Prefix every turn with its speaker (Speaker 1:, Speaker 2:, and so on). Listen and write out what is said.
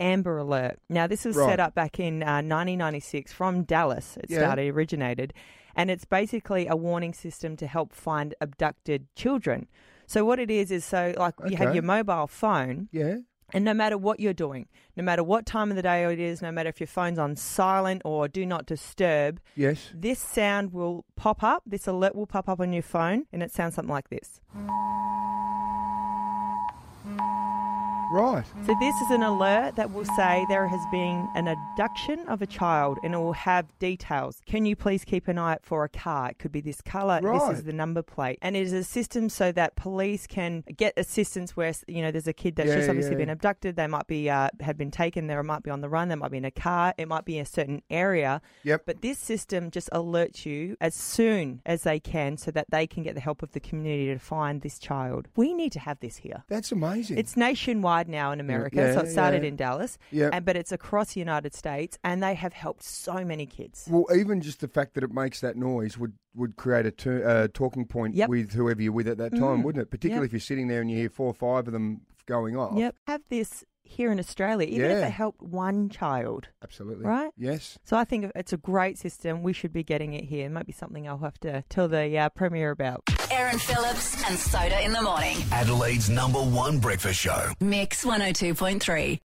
Speaker 1: Amber Alert. Now, this was
Speaker 2: Right.
Speaker 1: set up back in uh, 1996 from Dallas. It
Speaker 2: Yeah.
Speaker 1: started, originated, and it's basically a warning system to help find abducted children. So, what it is is so like you have
Speaker 2: Okay.
Speaker 1: your mobile phone,
Speaker 2: Yeah.
Speaker 1: and no matter what you're doing, no matter what time of the day it is, no matter if your phone's on silent or do not disturb,
Speaker 2: Yes.
Speaker 1: this sound will pop up. This alert will pop up on your phone, and it sounds something like this.
Speaker 2: Right.
Speaker 1: So this is an alert that will say there has been an abduction of a child and it will have details. Can you please keep an eye out for a car? It could be this color, this
Speaker 2: Right.
Speaker 1: is the number plate. And it is a system so that police can get assistance where you know there's a kid that's
Speaker 2: Yeah,
Speaker 1: just obviously
Speaker 2: yeah.
Speaker 1: been abducted, they might be uh, had been taken, they might be on the run, they might be in a car, it might be in a certain area.
Speaker 2: Yep.
Speaker 1: But this system just alerts you as soon as they can so that they can get the help of the community to find this child. We need to have this here.
Speaker 2: That's amazing.
Speaker 1: It's nationwide now in America.
Speaker 2: yeah,
Speaker 1: so it started
Speaker 2: yeah.
Speaker 1: in Dallas,
Speaker 2: Yep.
Speaker 1: and, but it's across the United States, and they have helped so many kids.
Speaker 2: well, even just the fact that it makes that noise would, would create a tur uh, talking point
Speaker 1: Yep. Mm.
Speaker 2: with whoever you're with at that time, wouldn't it? Particularly
Speaker 1: Yep.
Speaker 2: if you're sitting there and you hear four or five of them going off.
Speaker 1: Yep. Have this here in Australia, even if
Speaker 2: Yeah.
Speaker 1: it helped one child.
Speaker 2: Absolutely.
Speaker 1: Right?
Speaker 2: Yes.
Speaker 1: So I think it's a great system. We should be getting it here. It might be something I'll have to tell the uh, Premier about.
Speaker 3: Aaron Phillips and Soda in the morning. oh
Speaker 4: Adelaide's number one breakfast show.
Speaker 3: Mix 102.3.